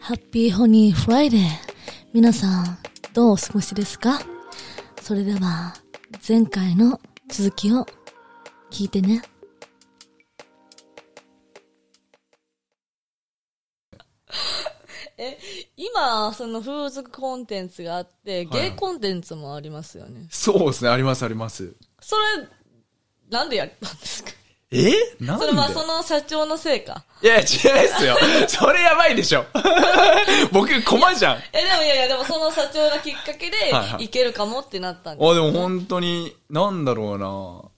ハッピーホニーフライデー。皆さん、どうお過ごしですかそれでは、前回の続きを聞いてね。え、今、その風俗コンテンツがあって、はいゲイコンテンツもありますよね。そうですね、ありますあります。それ、なんでやったんですかえなんそれはその社長のせいか。いや、違いっす よ。それやばいでしょ。 僕、駒じゃん。え、でもいやいや、でもその社長がきっかけではいは、いいけるかもってなったんです。あ、でも本当に、なんだろうな。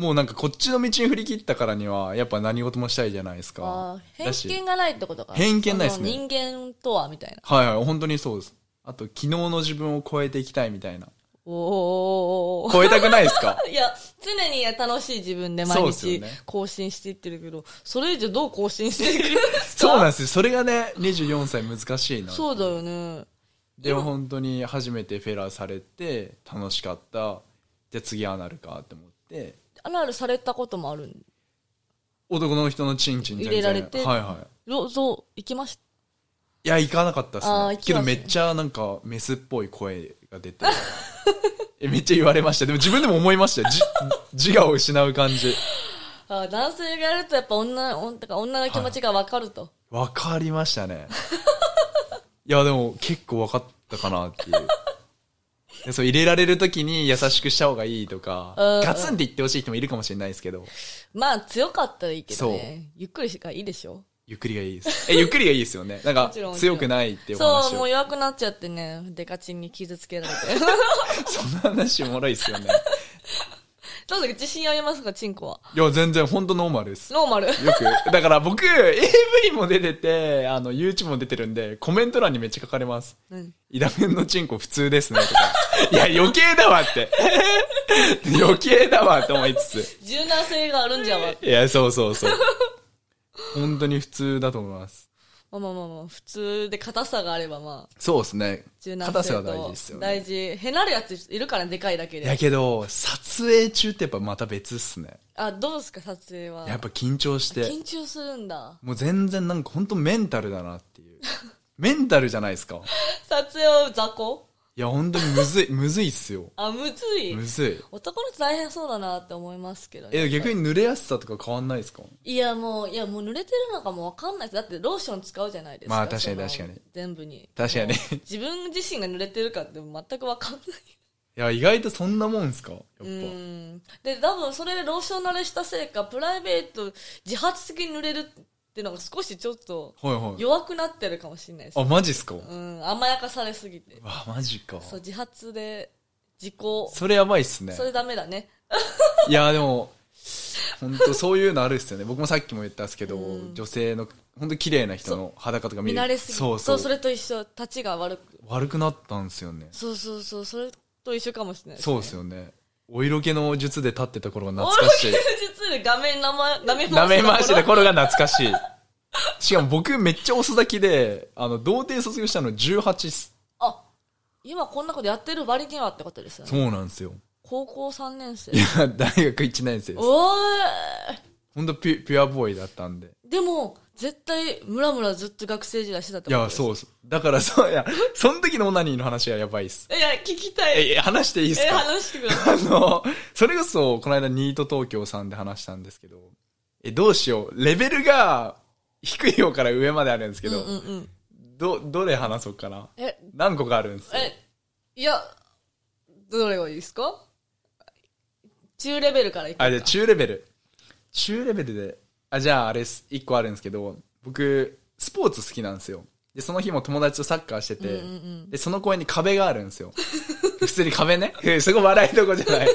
もうなんかこっちの道に振り切ったからには、やっぱ何事もしたいじゃないですあかー。偏だし見がないってことか。偏見ないですねその人間とは、みたいな。はいはい、本当にそうです。あと、昨日の自分を超えていきたいみたいな。おー。超えたくないです かいや、常に楽しい自分でそう毎ですよ日ね更新していってるけど、それ以上どう更新してい くんですかそうなんですよ。それがね、24歳難しいな。そうだよね。でも本当に初めてフェラーされて、楽しかった。じゃあ次アナルかって思って、アナルされたこともあるん男の人のチンチン全然入れられてはいはい。どうぞ、行きましいや、行かなかったっすあーね。行きけまどすねめっちゃなんか、メスっぽい声が出て。 えめっちゃ言われました。でも自分でも思いましたよ。じ 自我を失う感じ。た。あ男性がやるとやっぱ女、女だから女の気持ちがわかると。わかりました ね。いや、でも結構わかったかなっていう。でそう入れられるときに優しくした方がいいとかうんうん、ガツンって言ってほしい人もいるかもしれないですけど、まあ強かったらいいけどね。ゆっくりしかいいでしょゆっくりがいいです。え、ゆっくりがいいですよね。なんもかちろんもちろん強くないっていうお話を。そう、もう弱くなっちゃってね、デカチンに傷つけられて。 そんな 話おもろいですよね。どうですか自信ありますか、チンコは。いや、全然本当ノーマルです。ノーマル。よく。だから僕、AV も出てて、あの、YouTube も出てるんで、コメント欄にめっちゃ書かれます。うんイダメンのチンコ普通ですね、とか。 いや、余計だわって。 余計だわって思いつつ。柔軟性があるんじゃわ。いや、そうそうそう。本当に普通だと思います。まあまあまあまあ、普通で硬さがあればまあ、そうですね。柔軟硬性さとが大事ですよね。大事。へなるやついるからねでかいだけいやで。けど、撮影中ってやっぱまた別っすね。あ、どうですか、撮影は。やっぱ緊張して。緊張するんだ。もう全然なんか本当メンタルだなっていう。メンタルじゃないですか。撮影は雑魚いや、本当にむずい、むずいっすよ。あ、むずい。むずい。男の人大変そうだなって思いますけどね。え、逆に濡れやすさとか変わんないですかいや、もう、いや、もう濡れてるのかもわかんないです。だってローション使うじゃないですか。まあ確かにその確かに。全部に。確かにもう自分自身が濡れてるかって全くわかんない。いや、意外とそんなもんすかやっぱ。うん。で、多分それでローション慣れしたせいか、プライベート自発的に濡れるっていうのが少しちょっとはいはい。弱くなってるかもしれないです。あ、マジっすかうん。甘やかされすぎて。わ、マジか。そう、そ自発で、自己、れやばいっすねそ。れダメだね。いや、でも、本当そういうのあるっすよね。僕もさっきも言ったんですけど、女性の、本当綺麗な人の裸とか見見る。慣れすぎて。そうそう。それと一緒。立ちが悪く。悪くなったんすよね。そうそうそう。それと一緒かもしれないですねそうっすよね。お色気の術で立ってた頃が懐かしい。実で画面なま、舐め舐め回してだた頃が懐かしい。しかも僕めっちゃ遅咲きで、あの、童貞卒業したの18っす。あ、今こんなことやってる割にはってことですよね。そうなんですよ。高校3年生い。や、 大学1年生です。おーほんとピュピュアボーイだったんで。いでも、絶対、ムラムラずっと学生時代してたっていこと。や、そううそう。だから、そう、いや、その時のオナニーの話はやばいっす。いや、聞きたい。え、話していいっすえ、か話してください。あの、それこそ、この間ニート東京さんで話したんですけど、え、どうしよう。レベルが低い方から上まであるんですけうんど、うんうん。ど、どれ話そうかなえ、何個かあるんですよ。え、いや、どれがいいですか中レベルからいくか。あ、じゃあ中レベル。中レベルで、あ、じゃああれっす、一個あるんですけど、僕、スポーツ好きなんですよ。で、その日も友達とサッカーしてて、うんうんうんで、その公園に壁があるんですよ。 普通に壁ね。 えそこ笑いどこじゃない。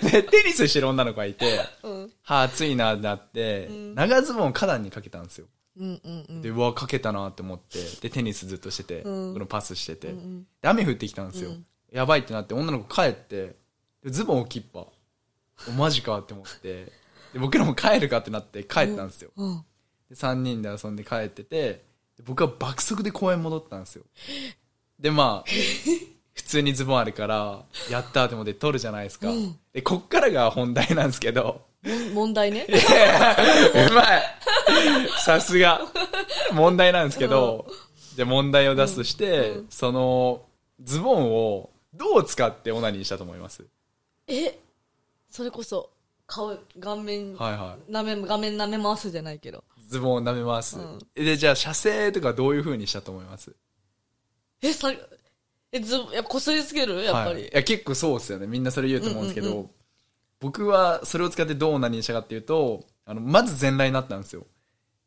で、テニスしてる女の子がいて、うん。はあ、暑いなってなって、長ズボンを花壇にかけたんですよ。うんうんうん。で、うわ、かけたなって思って、で、テニスずっとしてて、うんこのパスしてて、んで雨降ってきたんですよ。うんやばいってなって、女の子帰って、でズボン置きっぱ。おマジかって思って、で、僕らも帰るかってなって帰ったんですよ。うん。で、3人で遊んで帰ってて、で僕は爆速で公園戻ったんですよ。で、 まあ、普通にズボンあるから、やったーって思って取るじゃないですか。で、こっからが本題なんですけど、もん問題ね。うまいさすが。問題なんですけど、じゃあ問題を出すとして、うんうんそのズボンをどう使ってオナニーしたと思いますえそれこそ顔顔面、はいはなめ画面舐め回すじゃないけどいズボンを舐めます、うんえでじゃあ射精とかどういうふうにしたと思いますえさえずやっぱこすりつけるやっぱり、はい、いや結構そうですよねみんなそれ言うと思うんですけど、うんうん僕はそれを使ってどうオナニーしたかっていうとあのまず全裸になったんですよ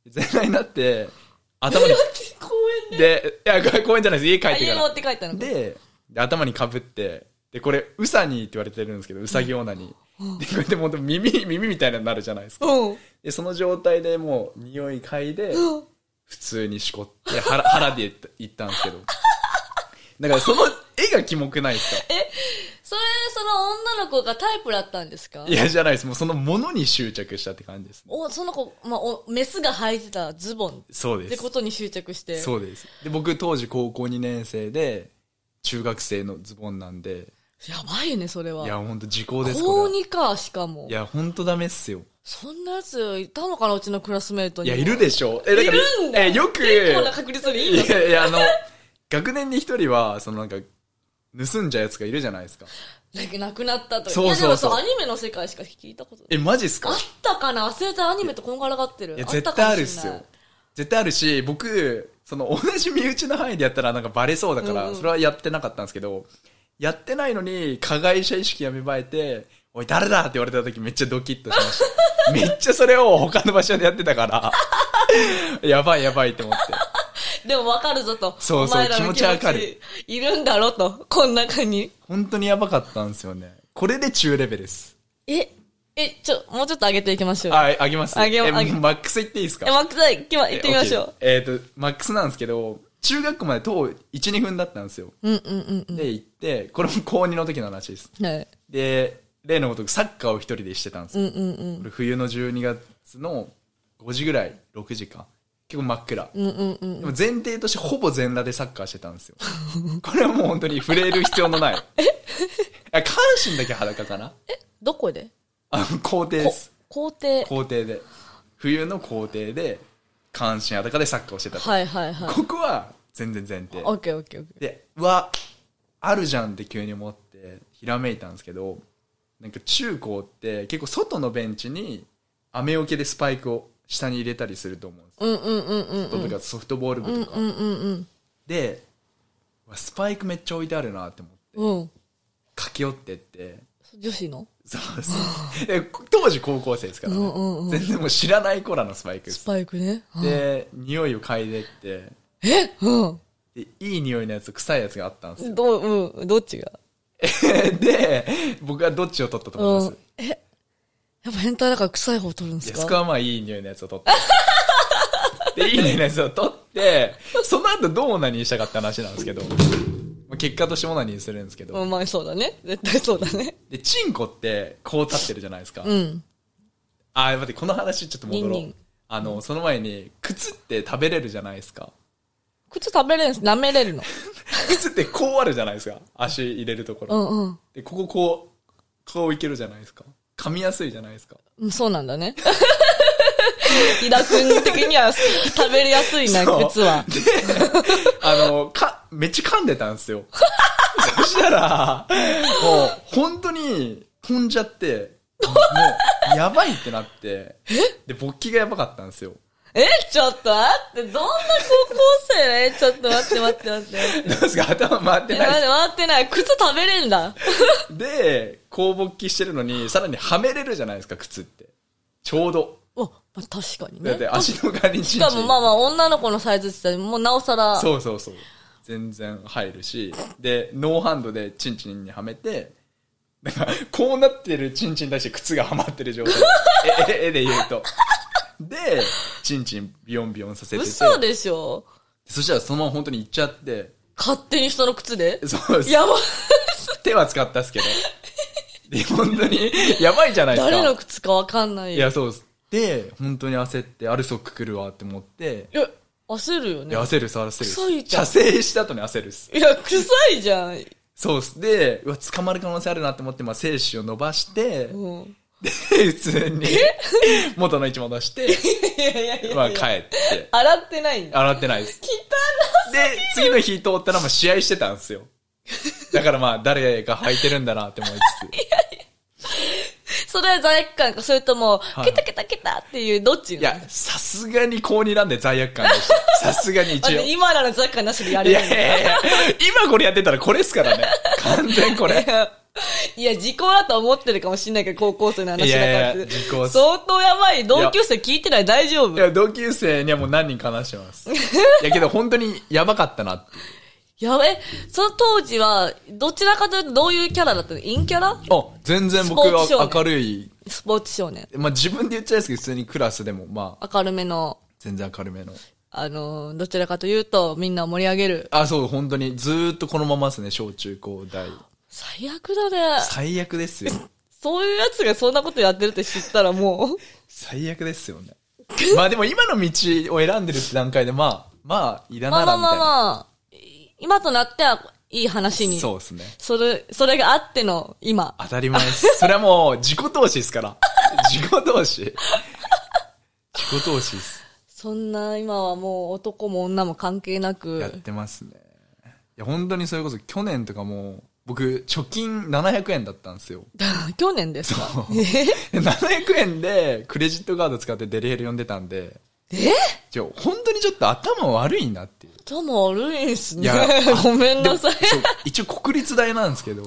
全裸になって 頭に公園ででいやこれ公園じゃないです家帰あって家かのっらて書いたのでで頭にかぶってでこれウサニーって言われてるんですけどウサギオナニーでこうやってもう耳耳みたいなのになるじゃないですかうんでその状態でもう匂い嗅いでうん普通にしこって腹 腹でいったんですけどだからその絵がキモくないですかそれその女の子がタイプだったんですかいや、じゃないです。もうそのものに執着したって感じですね。おその子、まあ、おメスが履いてたズボンそうっでてすこ。とに執着してそうです。で、僕当時高校2年生で、中学生のズボンなんで、やばいねそれはいや、ほんと時効です、高これは。 2かしかもいや、ほんとダメっすよ。そんなやついたのかなうちのクラスメートいにや、もいるでしょ。え、だから、いるんだえ、よく、結構な確率でいいいのやいや、あの、学年に一人は、そのなんか、盗んじゃうやつがいるじゃないですか。 なんか亡くなったとかそうそうそういやでもさアニメの世界しか聞いたことないえ、マジっすあかったかな忘れたアニメとこんがらがってるいや、あった絶対かあもるっしすれないよ。絶対あるし、僕、その同じ身内の範囲でやったらなんかバレそうだから、うんうんそれはやってなかったんですけど、やってないのに加害者意識が芽生えて、おい誰だって言われた時めっちゃドキッとしま した。めっちゃそれを他の場所でやってたから、やばいやばいって思って。でも分かるぞとそうそおう前らの気持ちわかるいるんだろとこん中に本当にやばかったんですよね。これで中レベルです。ええちょもうちょっと上げていきましょうあ、あげますあげえあげマックス行っていいですかえマックさん行きま行ってみましょう、えっ、OK えーと、マックスなんですけど、中学校まで徒歩1、2分だったんですよ。うんうんうんうんで、行って、これも高2の時の話です。はいで、例のごとくサッカーを一人でしてたんですうんよ。うんうんこれ冬の12月の5時ぐらい、6時か。結構真っ暗。うんうんうんでも前提としてほぼ全裸でサッカーしてたんですよ。これはもう本当に触れる必要のない。 あ下半身だけ裸かなどこであの、校庭です。校庭校庭で。冬の校庭で、下半身裸でサッカーをしてたと。はいはいはいここは全然前提。オッケーオッケーオッケーで、うわ、あるじゃんって急に思って、ひらめいたんですけど、なんか中高って結構外のベンチに、雨よけでスパイクを下に入れたりすると思うんですうんうんうんうんよ。とかソフトボール部とか。うんうんで、うわスパイクめっちゃ置いてあるなって思って、うんうん駆け寄ってって、女子のそう です。で当時高校生ですからね、うんうんうん全然もう知らない子らのスパイクでスす。パイクねで、匂いを嗅いでって、えうんでいい匂いのやつと臭いやつがあったんですよ。どううんどっちが で、僕はどっちを取ったと思います、うんやっぱ変態だから臭い方取るんでいすや、かそこはまあいい匂いのやつを取って。で、いい匂いのやつを取って、その後どうオナニーしたかって話なんですけど、まあ結果としてオナニーするんですけうど、んまあそうだね絶対そうだねで、チンコってこう立ってるじゃないですか。うんあー、待って、この話ちょっと戻ニろンニうン。あの、その前に、靴って食べれるじゃないですか。靴食べれるんです舐めれるの靴ってこうあるじゃないですか。足入れるとこうろ。んうんで、こここう、こういけるじゃないですか。噛みやすいじゃないですか。うんそうなんだね 伊田君的には食べれやすいなそう靴はで、あの、 か、めっちゃ噛んでたんですよ。 そしたら、もう、本当に飛んじゃって、もう、やばいってなって、で、勃起がやばかったんですよ。えちょっと待ってどんな高校生 えちょっと待って待って待って待ってどうですか頭回ってえない待っでて待ってない靴食べれるん だす。で、こう勃起してるのに、さらにはめれるじゃないですか、靴って。ちょうど。お、まあ、確かにだっねて足の側にししかもまあまあ女の子のサイズって言ったらもうなおさらそうそうそう。全然入るし、で、ノーハンドでチンチンにはめて、なんか、こうなってるチンチンに対して靴がはまってる状態。え、え、えで言うと。で、チンチンビヨンビヨンさせてて。嘘でしょそしたらそのまま本当に行っちゃって、勝手に人の靴でそうです。やばい手は使ったっすけど。で、本当に、やばいじゃないですか。誰の靴かわかんないいや、そうです。で、本当に焦って、アルソック来るわって思って、いや焦るよいねや焦る、触らせるっす。臭いじゃん射精した後に焦るっす。いや臭いじゃん、そうっす。で、うわ、捕まる可能性あるなって思って、まあ、精子を伸ばして、うん、で、普通に、 元の位置戻し て、いやいやいやいやまあ帰って。洗ってないんだ。洗ってないです。で、次の日通ったらもう試合してたんですよ。だからまあ、誰が履いてるんだなって思い つつ。それは罪悪感か、それともは、いケタケタケタっていう、どっちいや、さすがに高2なんで罪悪感で した。さすがに一あ応。の今なら罪悪感なしでやいれるやいやいや、今これやってたらこれっすからね。完全 これ。いや、時効だと思ってるかもしんないけど、高校生の話だからいやいや時効っす相当やばい。同級生聞いてない大丈い夫やや、同級生にはもう何人か話し てます。いやけど本当にやばかったなっていう。べ、その当時は、どちらかというとどういうキャラだったの陰キャラあ、全然僕スポーツ少は年明るい。スポーツ少年。まあ自分で言っちゃないですけど、普通にクラスでもまあ、明るめの、全然明るめの。あの、どちらかというと、みんなを盛り上げる。あ、そう、本当にずーっとこのままですね、小中高大。最悪だね。最悪ですよ。そういうやつがそんなことやってるって知ったらもう、最悪ですよね。まあでも今の道を選んでるって段階でまあ、まあ、いらまなあまあまあらみたいな。まあ、い今となってはいい話に。そうですね。それ、それがあっての今。当たり前です。それはもう自己投資ですから。自己投資。自己投資です。そんな今はもう男も女も関係なやっく、てますね。いや、本当にそれこそ去年とかもう、僕、貯金700円だったんですよ。 去年ですかそうえ 700円でクレジットカード使ってデリヘル呼んでたんで、えじゃあ本当にちょっと頭悪い なっていう。頭も悪いんすいねや。 ごめんなさい。でもそう一応国立大なんです けど。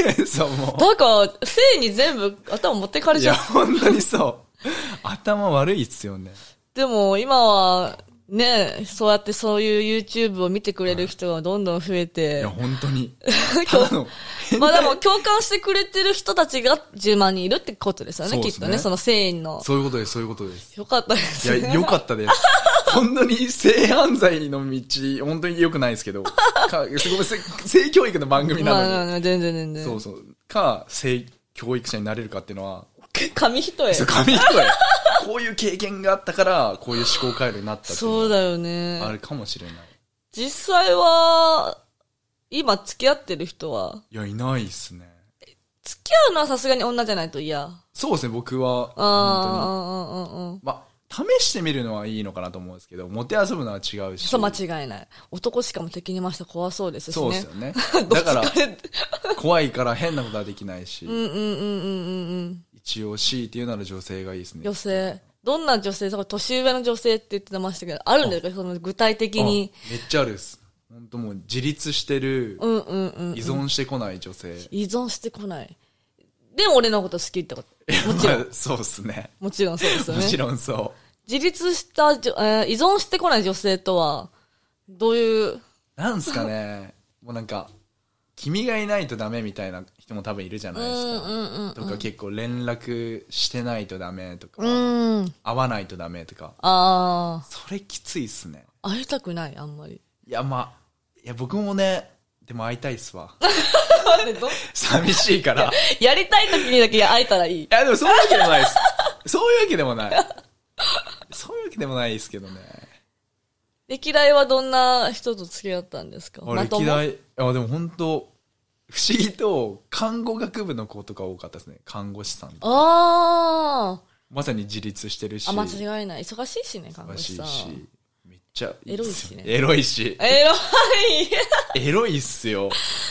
えそう、もう。なんか、性に全部頭持ってかれいちゃや、う。本当にそう。頭悪いっすよね。でも今は、ねそうやってそういう YouTube を見てくれる人がどんどん増えいてや、、本当 に。た今だ日の、まあでも共感してくれてる人たちが10万人いるってことですよね、そうきでっすとねね、その繊維の。そういうことです、そういうことです。よかったですね。いや、良かっ たです。本当に性犯罪の道、本当に良くないですけど、かすごい性性教育の番組なのに、まあまあ、全然全然。そうそう、か、性教育者になれるかっていうのは、紙一重。そう紙一重。 こういう経験があったから、こういう思考回路になったっていうそうのだよはあね。るかもしれない。実際は、今付き合ってる人は、いや、いないっすね。付き合うのはさすがに女じゃないと嫌。あそうですね、僕は、あ、本当に。ああ、ああ。まあ、試してみるのはいいのかなと思うんですけど、モテ遊ぶのは違うし。そう、間違いない。男しかも敵に回したら怖そうですしね。。そうですよね どっだちか、から怖いから変なことはできないし。うんうんうんうんうんうん。一応 C っていうなら女性がいいですね。女性。どんな女性、そこ年上の女性って言ってましたけど、あるんですかその具体的に。あめっちゃあるです。本当もう自立してるう、んうんうん。依存してこない女 性。依存してこない。でも俺のこと好きってこと。もちろん。まあ そうっすね。もちろんそうですよもね。ちろんそ自立したじょ、えー依存してこない女性とは、どういう、う。なんすかね。もうなんか、君がいないとダメみたいな人も多分いるじゃないですか。とか結構連絡してないとダメとか、うん。会わないとダメとか。あそれきついっすね。あ、会いたくない、あん まり。いや、まあ、いや、僕もね、でも会いたい っすわ。寂しいから。やりたい時にだけ会えたらいいい。や、でもそういうわけでもないです。そういうわけでもない。そういうわけでもないですけどね。歴代はどんな人と付き合ったんですか俺、歴まとも代、あ、でも本当不思議と、看護学部の子とか多かったですね。看護師さん。あまさに自立してるし。あ。あ、間違いない。忙しいしね、看護忙師しさいん。し。めっちゃいいっすよ、エエロいし。エロい。 エロいっすよ。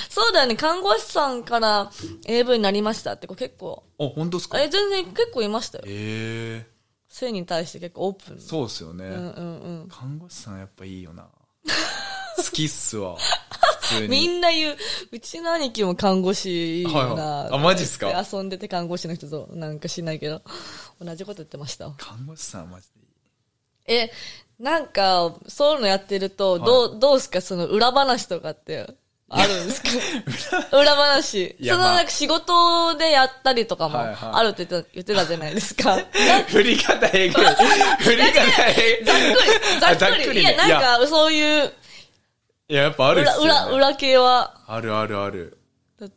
そうだよね、看護師さんから AV になりましたって子結構。あ、本当ですかえ、全然結構いましたよ。ええ性に対して結構オープン。そうっすよね。うんうんうん。看護師さんやっぱいいよな。好きっすわ。普通に。みんな言う、うちの兄貴も看護師な、はいはいあマジっすか遊んでて看護師の人となんかしないけど、同じこと言ってました。看護師さんはマジでいい。え、なんか、そういうのやってると、どう、どうすかその裏話とかって、あるんです か裏話。いそやのまあなんか仕事でやったりとかも、はいはいあるって言って言ってたじゃないです か。振り方えぐい。振り方えぐい。ざっあざっくくり。りいねや、なんか、そういう、いや、やっぱあるっす裏、よ、ね。裏、裏系は、あるあるあるだ。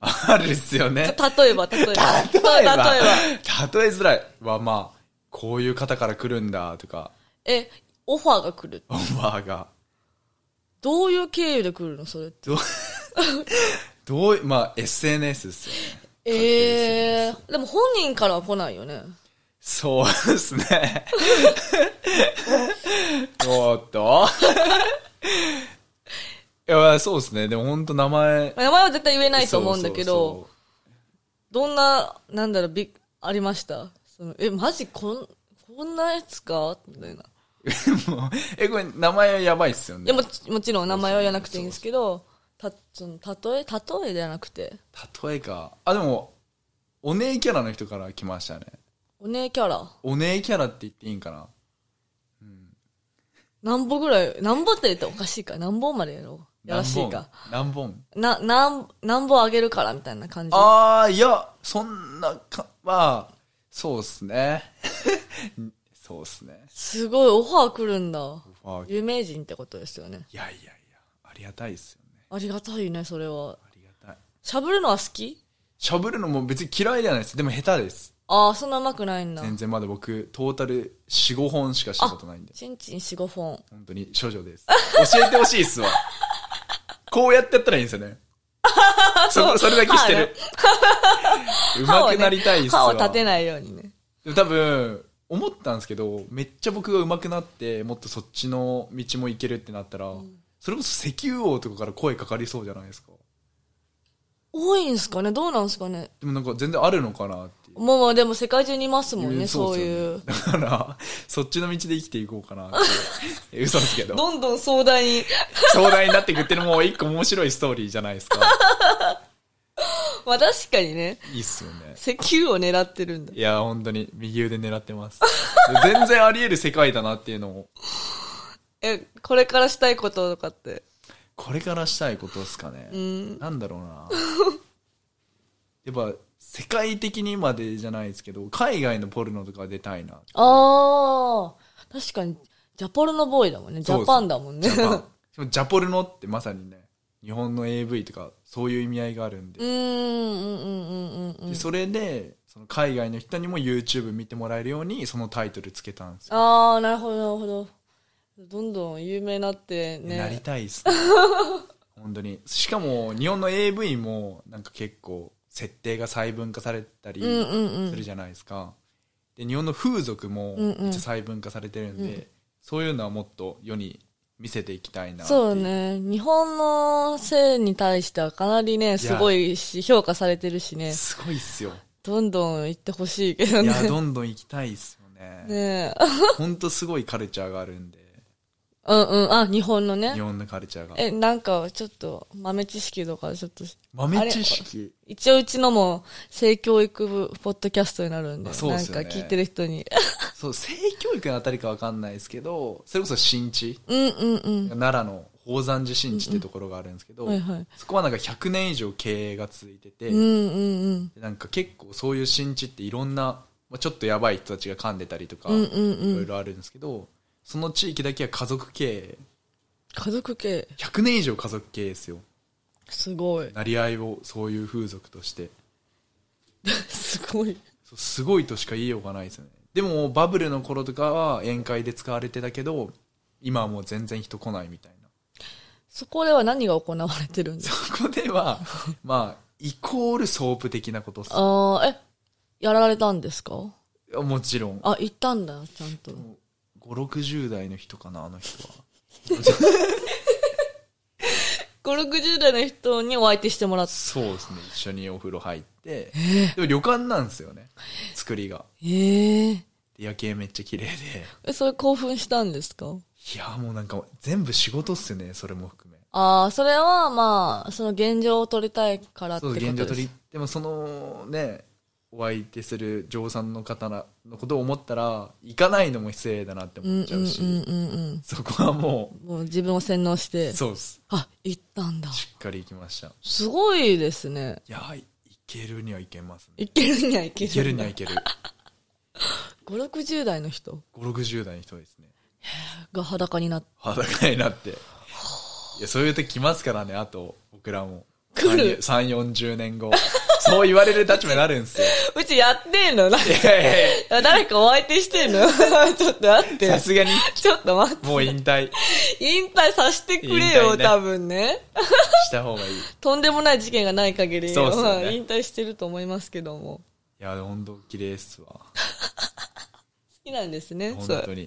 あるっすよね。例えば、例えば。 例えば、例えば。例えづらいは、まあ、こういう方から来るんだとか、 え、オファーが来る。オファーが。どういう経由で来るのそれって。どう、どうい、まあ、SNS っすよね。確定ですええでも本人からは来ないよね。そうです ね。おーっと。いや、そうですね。でも本当名前。まあ名前は絶対言えないと思うんだけど、そうそうそうどんな、なんだろう、びっありましたそのえ、マジこん、こんなやつかみたいな。もう え、これ、名前やばいっすよいねや。もち、もちろん名前は言わなくていいんですけど、た、その、例え例えじゃなくて、例えか。あ、でも、お姉キャラの人から来ましたね。お姉キャラ。お姉キャラって言っていいんかな何歩ぐらい、何歩って言ったらおかしいか。何本までやろう。やらしいか。。何本何本な、なん、何本あげるからみたいな感じ。あー、いや、そんなか、まあ、そうっすね。 そうっすね。すごい、オファー来るんだ。あい有名人ってことですよね。やいやいや、ありがたいっすよね。ありがたいね、それは。ありがたい。喋るのは好き喋るのも別に嫌いじゃないです。でも下手です。ああ、そんな上手くないんだ。全然まだ僕、トータル4、5本しかしたことないんで。チンチン4、5本。本当に処女です。教えてほしいっすわ。こうやってやったらいいんですよね。そそれだけしてる。う歯まをくねなりたいっす歯をわ。立てないようにね。でも多分、思ったんですけど、めっちゃ僕が上手くなって、もっとそっちの道も行けるってなったら、それこそ石油王とかから声かかりそうじゃないですか。多いんすかねどうなんすかねでもなんか全然あるのかなっていう。もうもうでも世界中にいますもんね、うんそうっすよいねう。だから、そっちの道で生きていこうかなっ て。嘘ですけど。どんどん壮大に。 壮大になっていくっていうのも一個面白いストーリーじゃないですか。まあ確かにね、いいっすよね。石油を狙ってるんだ。いや、本当に右腕狙ってます。全然あり得る世界だなっていうのを。え、これからしたいこととかって。これからしたいことですかね。うん。なんだろうな。 やっぱ、世界的にまでじゃないですけど、海外のポルノとか出たいな。ああ、確かに、ジャポルのボーイだもんね。ジャパンだもんね。ジャパン。でもジャポルノってまさにね、日本の AV とか、そういう意味合いがあるん でう。ーん、うん、うん、うん、うんうでん。それで、その海外の人にも YouTube 見てもらえるように、そのタイトルつけたんですよ。ああ、なるほど、なるほど。どんどん有名になってね。なりたいっ すね本当にしかも日本の AV もなんか結構設定が細分化されたりうんうんうんするじゃないですか、で日本の風俗もうんうんめっちゃ細分化されてるんで、そういうのはもっと世に見せていきたいなっていそうね。日本の性に対してはかなりね、すごいし、評価されてるしね。すごいっすよどんどん行ってほしいけどいね。やどんどん行きたいっすよねねえ。本当すごいカルチャーがあるんで うんうん。あ、日本のね日。本のカルチャーがえ、なんか、ちょっと、豆知識とか、ちょっと、豆知識一応うちのも、性教育部、ポッドキャストになるんで、あそうっなんすよかね聞いてる人 に。そう性教育のあたりかわかんないですけどそれこそ新地うんうんうん。奈良の宝山寺新地ってところがあるんですけど、はいはい。そこはなんか100年以上経営が続いてて、うんうんうん。でなんか結構そういう新地っていろんな、まあ、ちょっとやばい人たちが噛んでたりとか、うんうんいろういん。ろあるんですけどその地域だけは家族経営家族系、 100年以上家族経営ですよすごい。なり合いをそういう風俗として すごい。そうすごいとしか言いようがないですよねでもバブルの頃とかは宴会で使われてたけど今はもう全然人来ないみたいなそこでは何が行われてるんですかそこではまあイコールソープ的なことっす ああ、え、やられたんですかもちろんあ、行ったんだ、ちゃんと。 560代の人かなあの人は5、60代の人にお相手してもらって。そうですね一緒にお風呂入って、でも旅館なんですよね作りがええ。で夜景めっちゃ綺麗でえ、それ興奮したんですかいやもうなんか全部仕事っすよねそれも含めああ、それはまあ、その現状を取りたいからってそこうとです現状取りでもそのねお相手する嬢さんの方のことを思ったら行かないのも失礼だなって思っちゃうし、うんうんうんうんそこはもうん。もう自分を洗脳しうて。そうっすあ、行ったんだ。しっかり行きましたいすごいですね。やーいけるにはいけますね行けるには行けいる。けるにはいける5、60代の人560代の人ですねが裸になって。裸になって。いや、そういう時来ますからね、あと、僕らも。来る3、40年後。そう言われる立場になる んですよ。うちやってんのなんかいやいやい誰かお相手してんの ちょっと待っやてさ。すがに、ちょっと待って。もう引退引退させてくれ引退よ、ね多分ね。した方がいい。いとんでもない事件がない限り、そうっすよねまあ引退してると思いますけども。好や、でも本当綺麗っすわ。きなんですね。本そう当に。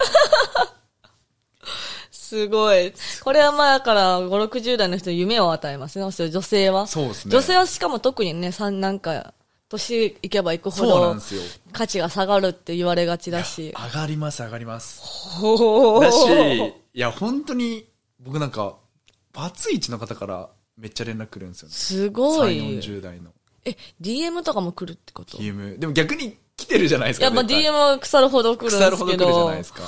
すごい。これはまあだから、5、60代の人に夢を与えますね。そう女性は。そうですね。女性はしかも特にね、さんなんか、年いけばいくほそうなどんですよ。価値が下がるって言われがちだし。上がります、上がります。ほだしー、いや、本当に、僕なんか、バツイチの方からめっちゃ連絡来るんですよね。すご3、い。 40代のえ、DM とかも来るってことい DM。でも逆に来てるじゃないですか。や、まあ絶対 DM は腐るほど来るんですけど。腐るほど来るじゃないですか。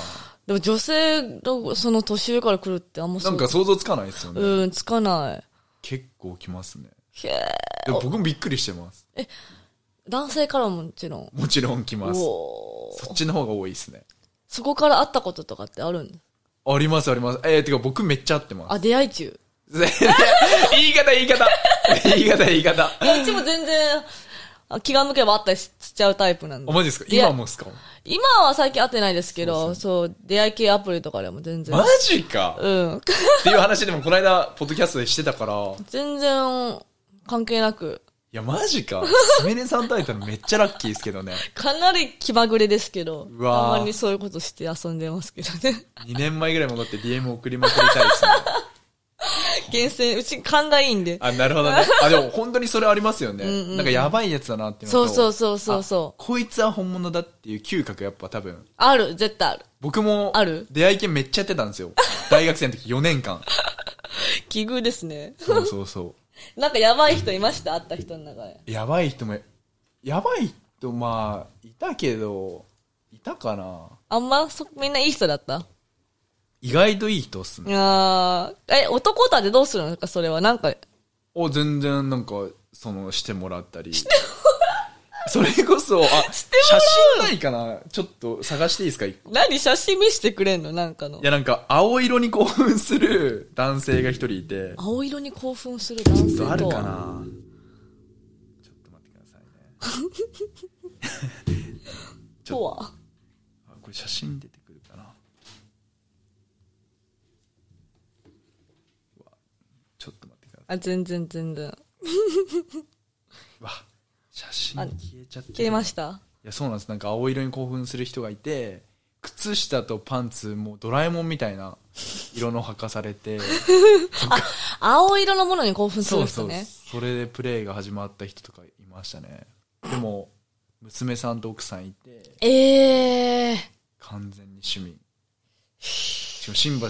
でも女性のその年上から来るってあんまそなうんか想像つかないですよね。うん、つかない。結構来ますね。へえでも僕もびっくりしてます。男性からももちろん。もちろん来ます。おーそっちの方が多いですね。そこから会ったこととかってあるんありますあります。えー、てか僕めっちゃ合ってます。あ、出会い中。言い方 言い方言い方言い方。こっちも全然、あ気が向けば会ったりしちゃうタイプなんであ、。マジですか出会今いもっすか今は最近会ってないですけど、そう出会い系アプリとかでも全然マ。ジかうん。 っていう話でもこの間、ポッドキャストでしてたから、い全然、関係なく。や、マジか。スメネさんと会えたのめっちゃラッキーですけどね。かなり気まぐれですけど、うわーたまにそういうことして遊んでますけどね。 2年前ぐらい戻って DM 送りまくりたいですね。厳選、うち勘がいいんで。あ、なるほどね。あ、でも本当にそれありますよね。んうんなんかやばいやつだなっていうのそとうそうそうそうそう。あこいつは本物だっていう嗅覚やっぱ多分。ある、絶対ある。僕もある、出会い系めっちゃやってたん ですよ。大学生の時4年間。奇遇ですね。そうそうそう。なんかやばい人いました会った人の中で。やばい人も、やばい人、まあ、いたけど、いたかなあんま、そ、みんないい人だった意外といい人っすね。あーえ、男とはでどうするのか、それは。なんか、お、全然なんか、その、しても らったり。それこそ、あ、写真ないかなちょっと探していいですか一個い何写真見せてくれんのなんかの。や、なんか、青色に興奮する男性が一人いて、青色に興奮する男性とはあるかなちょっと待ってくださいね。ちとょはっと、あこれ写真出てくるかなうわちょっと待ってください。あ、全然全然。うわ、写真あ消えちゃってる。消えましたいやそうなんですなんか青色に興奮する人がいて靴下とパンツもうドラえもんみたいな色の履かさ れて青色のものに興奮すそるうそ人うね。それでプレーが始まった人とかいましたねでも娘さんと奥さんいてええー。完全に市民しかも新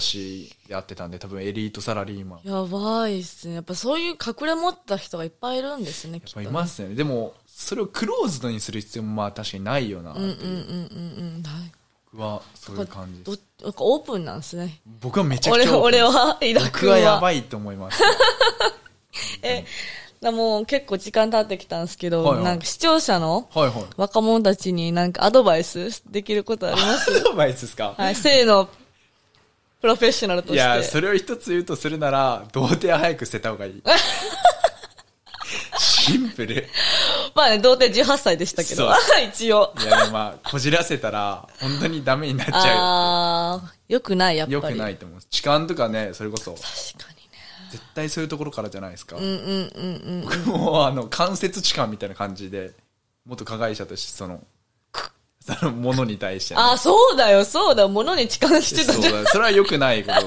橋で会ってたんで多分エリートサラリーマンややばいっすね。やっぱそういう隠れ持った人がいっぱいいるんですね、きっっとぱね。いますよねでもそれをクローズドにする必要もまあ確かにないよなうんうんうんうんうん。はい。僕はそういう感じですどなんかオープンなんですね。僕はめちゃく俺ちゃは、オープン俺は、井田僕君はは。やばいと思いますえ、なもう結構時間経ってきたんですけど、はいはいなんか視聴者のはいはい若者たちになんかアドバイスできることありますアドバイスですか、はい、性のプロフェッショナルといして。や、それを一つ言うとするなら、童貞は早く捨てた方がい い。シンプル。いまあね、童貞18歳でしたけどそう、 一応。や、でもまあ、こじらせたら、本当にダメになっちゃああー、よくない、やっうぱり。よ。よくないと思う。痴漢とかね、それこそ、確かにね。絶対そういうところからじゃないですか。うんうんうんうん。僕も、あの、間接痴漢みたいな感じで、元加害者として、その、そのものに対してね、あー、そうだよ、そうだよ、物に痴漢してたそうじゃん。だ。それは良くないこと。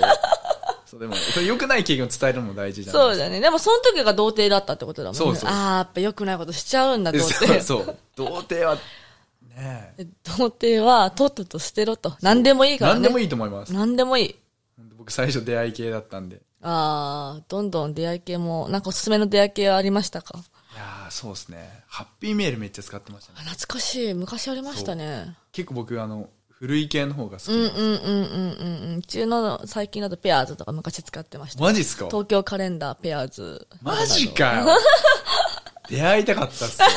そう、でも、それ良くない経験を伝えるのも大事じゃな いそうですか。だね。でも、その時が童貞だったってことだもんね。そうそうああ、やっぱ良くないことしちゃうんだ、童そう貞。そう。童貞は、ねえ。童貞は、とっとと捨てろと。何でもいいからね。何でもいい。いと思います。何でもいい。僕最初出会い系だったんで。ああ、どんどん出会い系も、なんかおすすめの出会い系はありましたかいやー、そうですね。ハッピーメールめっちゃ使ってましたね。懐かしい。昔ありましたね。結構僕、あの、古い系の方が好きうなんうんんでうんうんうんうん。うちの最近だとペアーズとか昔使ってましす。た。マジっすか東京カレンダー、ペアーズ。マジかよ。 出会いたかったっすよ。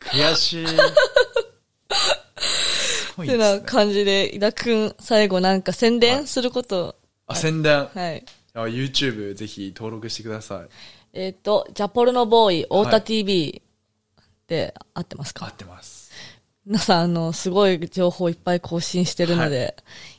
悔しい。すごいってですなね。感じで、井田くん、最後なんか宣伝すること。あ、宣伝。はい。あ YouTube ぜひ登録してください。えっ、と、ジャポルのボーイ、太は田い TV で合ってますか、合ってます。皆さん、あの、すごい情報いっぱい更新してるので、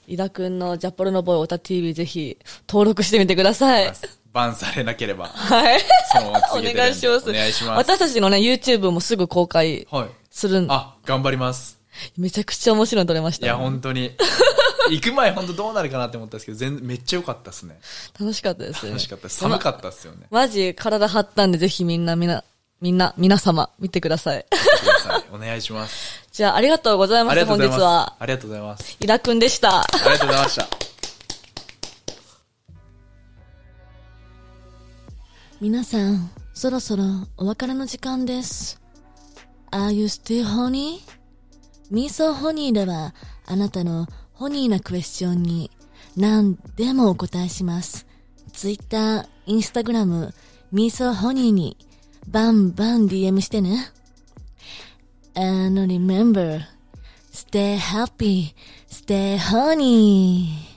伊田くんのジャポルのボーイ、太田 TV ぜひ登録してみてください。バンされなければ。はい。そのままお続けてるんで願いします。お願いします。私たちのね、YouTube もすぐ公開はい。するんあ、頑張ります。めちゃくちゃ面白いの撮れましいた。や、本当に。行く前本当どうなるかなって思ったんですけど、全めっちゃ良かったですね。楽しかったですよね。楽しかったです。寒かったですよ ね。マジ体張ったんで、ぜひみんな、みんな、みんな、皆様、見てください。 見てくださいお願いします。じゃあ、ありがとうございまあしりた、がとう本日ございます。は。ありがとうございます。伊田くんでした。ありがとうございました。皆さん、そろそろお別れの時間です。Are you still honey?Me so honey では、あなたのホニーなクエスチョンに何でもお答えします。Twitter、Instagram、Me so honey にバンバン DM してね。And remember, stay happy, stay honey.